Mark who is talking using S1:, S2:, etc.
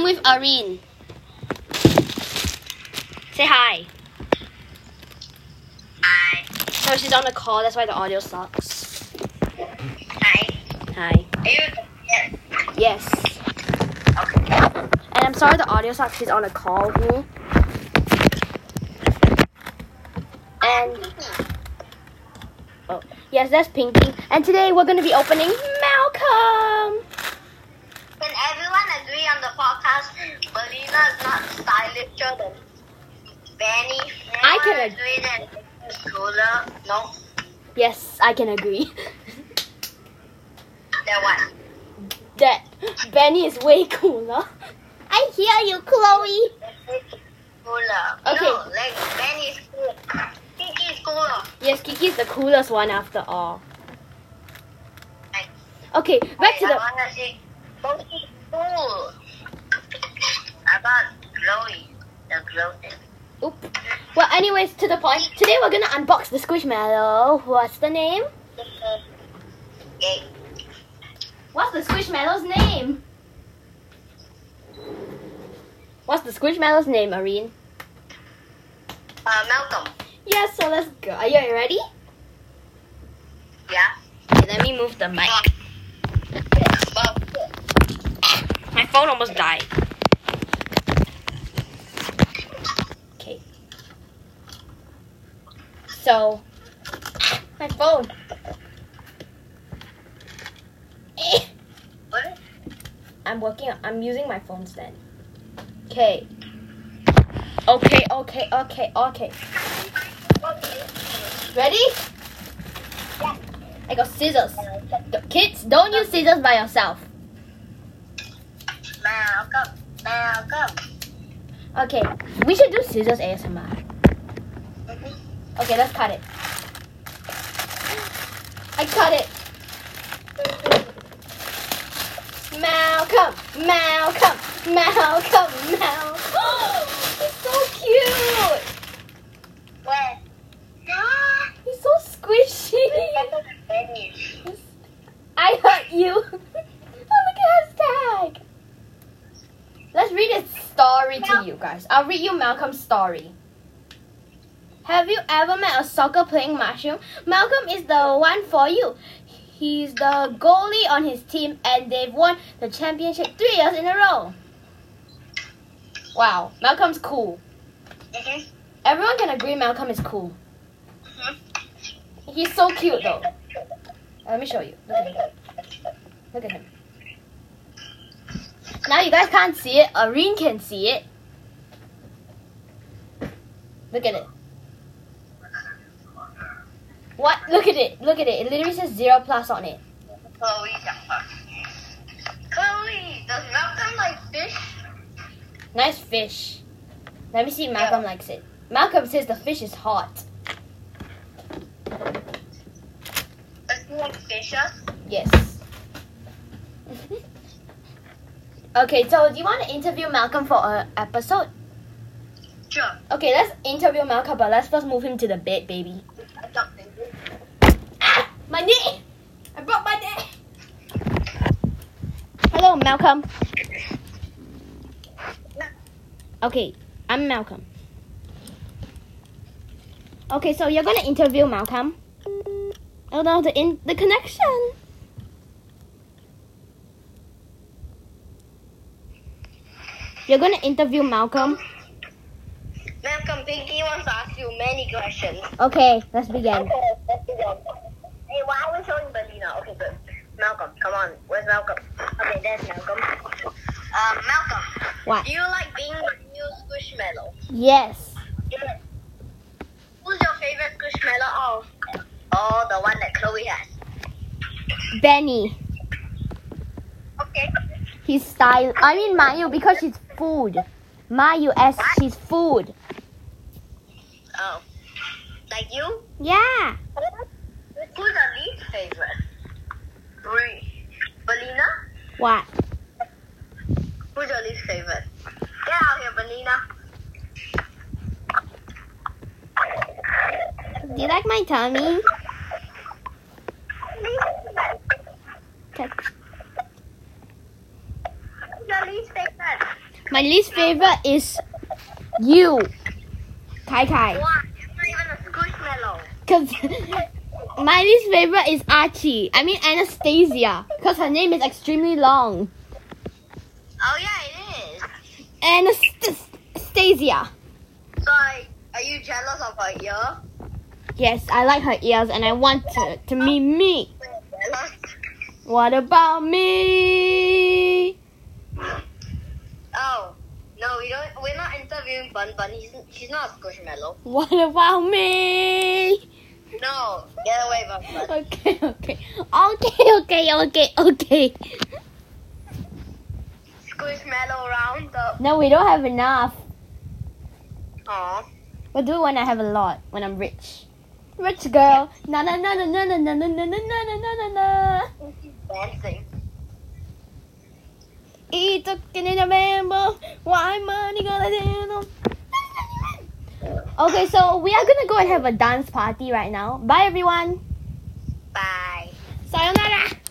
S1: with Irene. Say hi.
S2: Hi.
S1: No, she's on a call. That's why the audio sucks.
S2: Hi.
S1: Hi.
S2: Are you? Yes.
S1: Yes. And I'm sorry the audio sucks. She's on a call with me. And oh, yes, that's Pinky. And today we're gonna be opening Malcolm.
S2: Can everyone agree on the podcast? Belina is not stylisher than Benny.
S1: I can ag-
S2: Everyone agree that schooler. No,
S1: Yes, I can agree
S2: that one.
S1: that Benny is way cooler. I hear you, Chloe.
S2: Cooler.
S1: Okay.
S2: No, like Benny is cool. Pinky is cooler.
S1: Yes, Kiki's the coolest one after all.
S2: Like,
S1: Okay, back to
S2: I
S1: the
S2: wanna see Boki cool. About Chloe, the glow thing.
S1: Oop. Well, anyways, to the point. Today we're gonna unbox the Squishmallow. What's the name?
S2: Yay.
S1: What's the Squishmallow's name? What's the Squishmallow's name, Irene?
S2: Uh, Malcolm.
S1: Yes, so let's go. Are you ready?
S2: Yeah.
S1: Okay, let me move the mic. My phone almost died. Okay. So, my phone. Eh.
S2: What?
S1: I'm working. I'm using my phone stand. Okay. Okay. Okay. Okay. Okay. Ready?
S2: Yeah.
S1: I got scissors. D- Kids, don't use scissors by yourself.
S2: Malcolm. Malcolm.
S1: Okay. We should do scissors ASMR. Okay, let's cut it. I cut it. Malcolm, Malcolm, Malcolm, Malcolm. He's so cute.
S2: Where?
S1: He's so squishy. I hurt you. oh, look at hashtag. Let's read his story to you guys. I'll read you Malcolm's story. Have you ever met a soccer playing mushroom? Malcolm is the one for you. He's the goalie on his team and they've won the championship three years in a row. Wow, Malcolm's cool. Everyone can agree Malcolm is cool. He's so cute though. Uh, Let me show you. Look at him. Look at him. Now you guys can't see it. Irene can see it. Look at it. What? Look at it. Look at it. It literally says zero plus on it.
S2: Chloe. Chloe, does Malcolm like fish?
S1: Nice fish. Let me see if Malcolm likes it. Malcolm says the fish is hot.
S2: Does he like fishes?
S1: Yes. okay, so do you want to interview Malcolm for an episode?
S2: Sure.
S1: Okay, let's interview Malcolm, but let's first move him to the bed, baby.
S2: I don't think
S1: Ah, my knee! I broke my knee! Hello, Malcolm. Okay, I'm Malcolm. Okay, so you're gonna interview Malcolm. Oh no, the in the connection. You're gonna interview Malcolm.
S2: Malcolm Pinky wants to ask you many questions.
S1: Okay, let's begin.
S2: Okay, let's do that. Hey, why are we showing Berlina? Okay, good. Malcolm, come on. Where's Malcolm? Okay, there's Malcolm. Um, Malcolm.
S1: What?
S2: Do you like being the new Squishmallow?
S1: Yes.
S2: Yes. Who's your favorite Squishmallow of? Oh, the one that Chloe has.
S1: Benny.
S2: Okay.
S1: He's style. I mean Mayu because she's food. Mayu as she's food.
S2: Oh. Like you?
S1: Yeah.
S2: Who's your least favorite? Bree. Berlina?
S1: What?
S2: Who's your least favorite? Get out here, Berlina.
S1: Do you like my tummy? Touch.
S2: Who's your least favorite?
S1: My least favorite is you, Kai Kai.
S2: Why? It's not even a squishmallow.
S1: Cause my least favorite is Archie. I mean Anastasia, cause her name is extremely long.
S2: Oh yeah, it is.
S1: Anastasia.
S2: So, are you jealous of her ear?
S1: Yes, I like her ears, and I want to to meet me.
S2: Jealous?
S1: What about me?
S2: Oh, no, we don't. We're not interviewing Bun Bun. He's, she's not a squishmallow.
S1: What about me?
S2: No, get away, Bun Bun.
S1: Okay, okay, okay, okay, okay, okay.
S2: Squishmallow round up.
S1: No, we don't have enough.
S2: Aw.
S1: What do when I have a lot? When I'm rich. Rich girl. Na na na na na na na na na na na na na na na.
S2: She's dancing.
S1: It's okay in a rainbow. Why money gonna do? Okay, so we are gonna go and have a dance party right now. Bye everyone.
S2: Bye.
S1: Sayonara.